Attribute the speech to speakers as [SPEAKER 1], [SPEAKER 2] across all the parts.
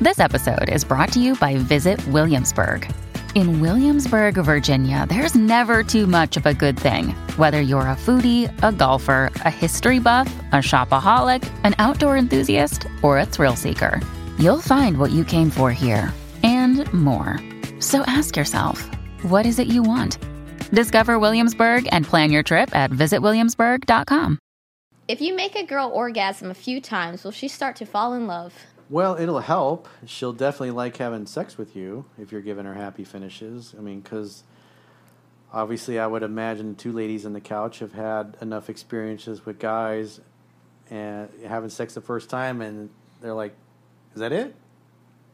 [SPEAKER 1] This episode is brought to you by Visit Williamsburg. In Williamsburg, Virginia, there's never too much of a good thing. Whether you're a foodie, a golfer, a history buff, a shopaholic, an outdoor enthusiast, or a thrill seeker, you'll find what you came for here and more. So ask yourself, what is it you want? Discover Williamsburg and plan your trip at visitwilliamsburg.com.
[SPEAKER 2] If you make a girl orgasm a few times, will she start to fall in love?
[SPEAKER 3] Well, it'll help. She'll definitely like having sex with you if you're giving her happy finishes. I mean, because obviously, I would imagine two ladies on the couch have had enough experiences with guys and having sex the first time, and they're like, "Is that it?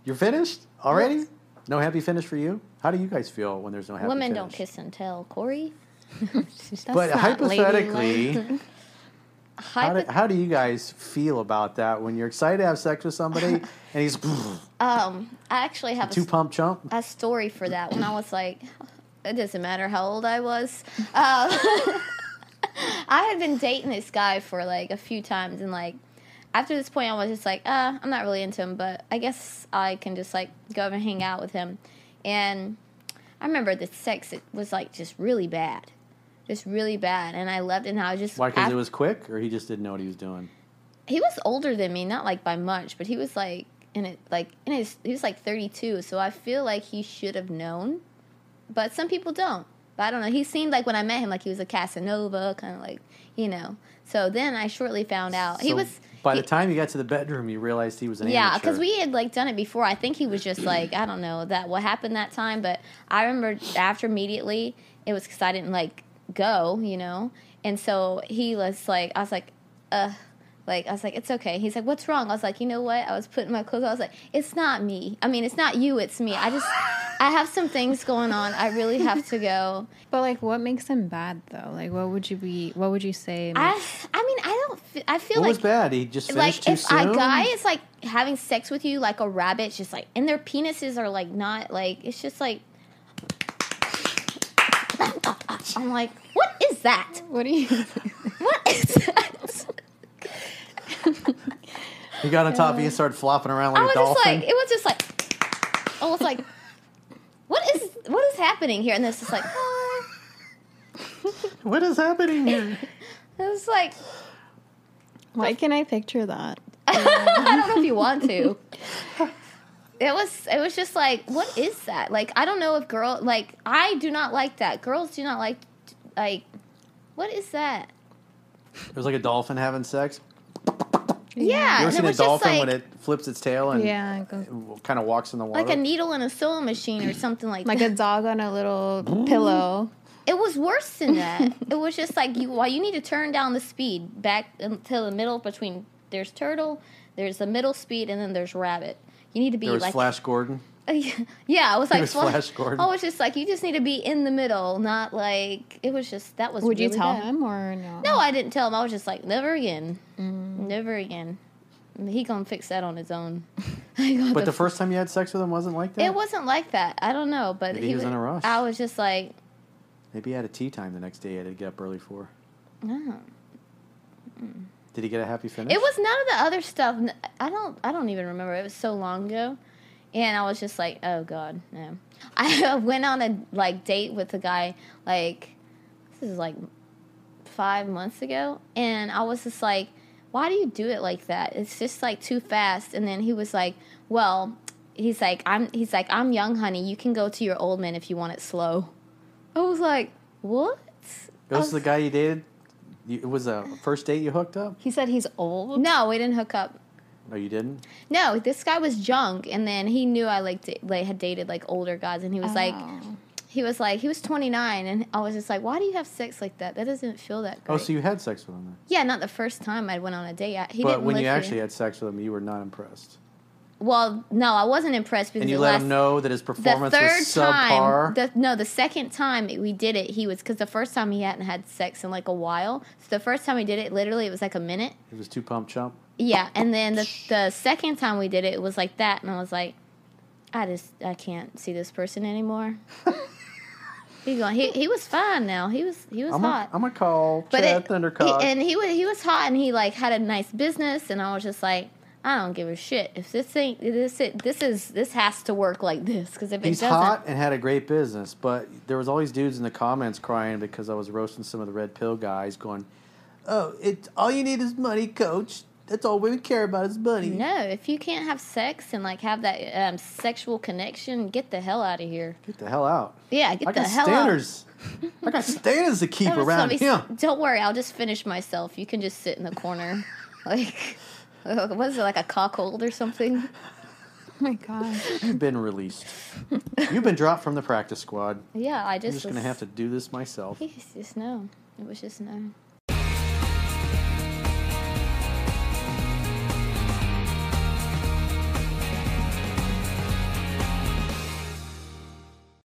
[SPEAKER 3] You're finished already? No happy finish for you? How do you guys feel when there's no happy
[SPEAKER 2] Women
[SPEAKER 3] finish?
[SPEAKER 2] don't kiss and tell, Corey. That's
[SPEAKER 3] But
[SPEAKER 2] not
[SPEAKER 3] hypothetically,
[SPEAKER 2] ladylike.
[SPEAKER 3] how do,
[SPEAKER 2] Hypo-
[SPEAKER 3] how do you guys feel about that when you're excited to have sex with somebody and he's
[SPEAKER 2] um, I actually have a
[SPEAKER 3] two pump chump?
[SPEAKER 2] a story for that when I was like, it doesn't matter how old I was. Uh, I had been dating this guy for like a few times, and like after this point, I was just like, uh, I'm not really into him, but I guess I can just like go over and hang out with him. And I remember the sex it was like just really bad, just really bad, and I left, and I was just
[SPEAKER 3] Why? Because
[SPEAKER 2] af-
[SPEAKER 3] it was quick, or he just didn't know what he was doing.
[SPEAKER 2] he was older than me, not like by much, but he was like in it like in his he was like thirty two, so I feel like he should have known. But some people don't. But I don't know. He seemed like when I met him like he was a Casanova, kinda like you know. So then I shortly found out he
[SPEAKER 3] So
[SPEAKER 2] was
[SPEAKER 3] By
[SPEAKER 2] he-
[SPEAKER 3] the time you got to the bedroom, you realized he was an
[SPEAKER 2] yeah,
[SPEAKER 3] amateur.
[SPEAKER 2] because we had like done it before. I think he was just like I don't know that what happened that time, but I remember after immediately it was because I didn't like go, you know, and so he was like, I was like, uh, like I was like, it's okay. He's like, what's wrong? I was like, you know what? I was putting my clothes. on. I was like, it's not me. I mean, it's not you. It's me. I just I have some things going on. I really have to go.
[SPEAKER 4] But like, what makes them bad though? Like, what would you be? What would you say?
[SPEAKER 2] I I mean I don't. f- I feel
[SPEAKER 3] What
[SPEAKER 2] like
[SPEAKER 3] was bad? He just finished
[SPEAKER 2] like
[SPEAKER 3] too
[SPEAKER 2] if
[SPEAKER 3] soon.
[SPEAKER 2] a guy is like having sex with you like a rabbit it's just like and their penises are like not like it's just like i'm like what is that
[SPEAKER 4] what do you?
[SPEAKER 2] what is that
[SPEAKER 3] he got on top of you and started flopping around
[SPEAKER 2] i was
[SPEAKER 3] like a dolphin.
[SPEAKER 2] just like it was just like almost like what is what is happening here and this is like
[SPEAKER 3] what is happening here?
[SPEAKER 2] it was like
[SPEAKER 4] Why can I picture that?
[SPEAKER 2] I don't know if you want to. It was it was just like what is that? Like I don't know if girl like I do not like that. Girls do not like like what is that?
[SPEAKER 3] It was like a dolphin having sex.
[SPEAKER 2] Yeah,
[SPEAKER 3] You ever
[SPEAKER 2] and it
[SPEAKER 3] seen a
[SPEAKER 2] was just
[SPEAKER 3] dolphin
[SPEAKER 2] like
[SPEAKER 3] when it flips its tail and
[SPEAKER 4] Yeah, it goes-
[SPEAKER 3] kind of walks in the water?
[SPEAKER 2] like a needle in a sewing machine or something like
[SPEAKER 4] Like
[SPEAKER 2] that.
[SPEAKER 4] a dog on a little pillow.
[SPEAKER 2] It was worse than that. it was just like you. Why you need to turn down the speed back until the middle between. There's turtle. There's the middle speed, and then there's rabbit. You need to be
[SPEAKER 3] there was
[SPEAKER 2] like
[SPEAKER 3] Flash Gordon.
[SPEAKER 2] yeah, I was like
[SPEAKER 3] was
[SPEAKER 2] Flash,
[SPEAKER 3] Flash Gordon.
[SPEAKER 2] I was just like, you just need to be in the middle, not like it was just that was.
[SPEAKER 4] Would you
[SPEAKER 2] really
[SPEAKER 4] tell
[SPEAKER 2] bad.
[SPEAKER 4] him or no?
[SPEAKER 2] No, I didn't tell him. I was just like, never again,
[SPEAKER 4] Mm.
[SPEAKER 2] never again. He gonna fix that on his own. I got
[SPEAKER 3] But the first time you had sex with him wasn't like that.
[SPEAKER 2] it wasn't like that. I don't know, but
[SPEAKER 3] Maybe he was in a rush.
[SPEAKER 2] I was just like,
[SPEAKER 3] Maybe he had a tea time the next day. He had to get up early for.
[SPEAKER 2] no.
[SPEAKER 3] Did he get a happy finish?
[SPEAKER 2] It was none of the other stuff. N- I don't. I don't even remember. It was so long ago, and I was just like, "Oh God, no!" I went on a like date with a guy. Like this is like five months ago, and I was just like, "Why do you do it like that? It's just like too fast." And then he was like, "Well." He's like, I'm. He's like, I'm young, honey. You can go to your old man if you want it slow. I was like, what?
[SPEAKER 3] It was the guy you dated. You, it was a first date you hooked up.
[SPEAKER 4] He said he's old.
[SPEAKER 2] No, we didn't hook up.
[SPEAKER 3] No, you didn't.
[SPEAKER 2] No, this guy was junk, and then he knew I like da- like had dated like older guys, and he was like,
[SPEAKER 4] Oh.
[SPEAKER 2] he was like, he was twenty nine, and I was just like, why do you have sex like that? That doesn't feel that great.
[SPEAKER 3] Oh, so you had sex with him. Then.
[SPEAKER 2] yeah, not the first time I went on a date. I, he
[SPEAKER 3] but
[SPEAKER 2] didn't
[SPEAKER 3] when
[SPEAKER 2] live
[SPEAKER 3] you
[SPEAKER 2] here.
[SPEAKER 3] actually had sex with him, you were not impressed.
[SPEAKER 2] well, no, I wasn't impressed because
[SPEAKER 3] And you
[SPEAKER 2] it
[SPEAKER 3] let
[SPEAKER 2] last-
[SPEAKER 3] him know that his
[SPEAKER 2] the
[SPEAKER 3] performance
[SPEAKER 2] third
[SPEAKER 3] was
[SPEAKER 2] time,
[SPEAKER 3] subpar.
[SPEAKER 2] the, no, the second time we did it, he was because the first time he hadn't had sex in like a while. So the first time we did it, literally, it was like a minute.
[SPEAKER 3] it was too pump chump.
[SPEAKER 2] Yeah, and then the the second time we did it, it was like that, and I was like, I just I can't see this person anymore. he going he he was fine now. He was he was
[SPEAKER 3] I'm
[SPEAKER 2] hot.
[SPEAKER 3] a, I'm a call
[SPEAKER 2] but
[SPEAKER 3] Chad
[SPEAKER 2] it, he,
[SPEAKER 3] Thundercock.
[SPEAKER 2] and he was he was hot, and he like had a nice business, and I was just like, I don't give a shit if this ain't this. It, this is this has to work like this because if it
[SPEAKER 3] He's
[SPEAKER 2] doesn't,
[SPEAKER 3] hot and had a great business, but there was all these dudes in the comments crying because I was roasting some of the red pill guys, going, "Oh, it's all you need is money, coach. That's all women care about is money."
[SPEAKER 2] no. If you can't have sex and like have that um, sexual connection, get the hell out of here.
[SPEAKER 3] Get the hell out!
[SPEAKER 2] Yeah, get
[SPEAKER 3] I
[SPEAKER 2] the
[SPEAKER 3] got
[SPEAKER 2] hell
[SPEAKER 3] standards. I got standards to keep
[SPEAKER 2] out. Don't
[SPEAKER 3] around
[SPEAKER 2] tell me-
[SPEAKER 3] him.
[SPEAKER 2] Don't worry, I'll just finish myself. You can just sit in the corner, like uh, what is it, like a cockhold or something?
[SPEAKER 4] Oh my god.
[SPEAKER 3] You've been released. You've been dropped from the practice squad.
[SPEAKER 2] Yeah, I
[SPEAKER 3] I'm
[SPEAKER 2] just
[SPEAKER 3] just gonna
[SPEAKER 2] was-
[SPEAKER 3] have to do this myself.
[SPEAKER 2] It's just no. It was just no.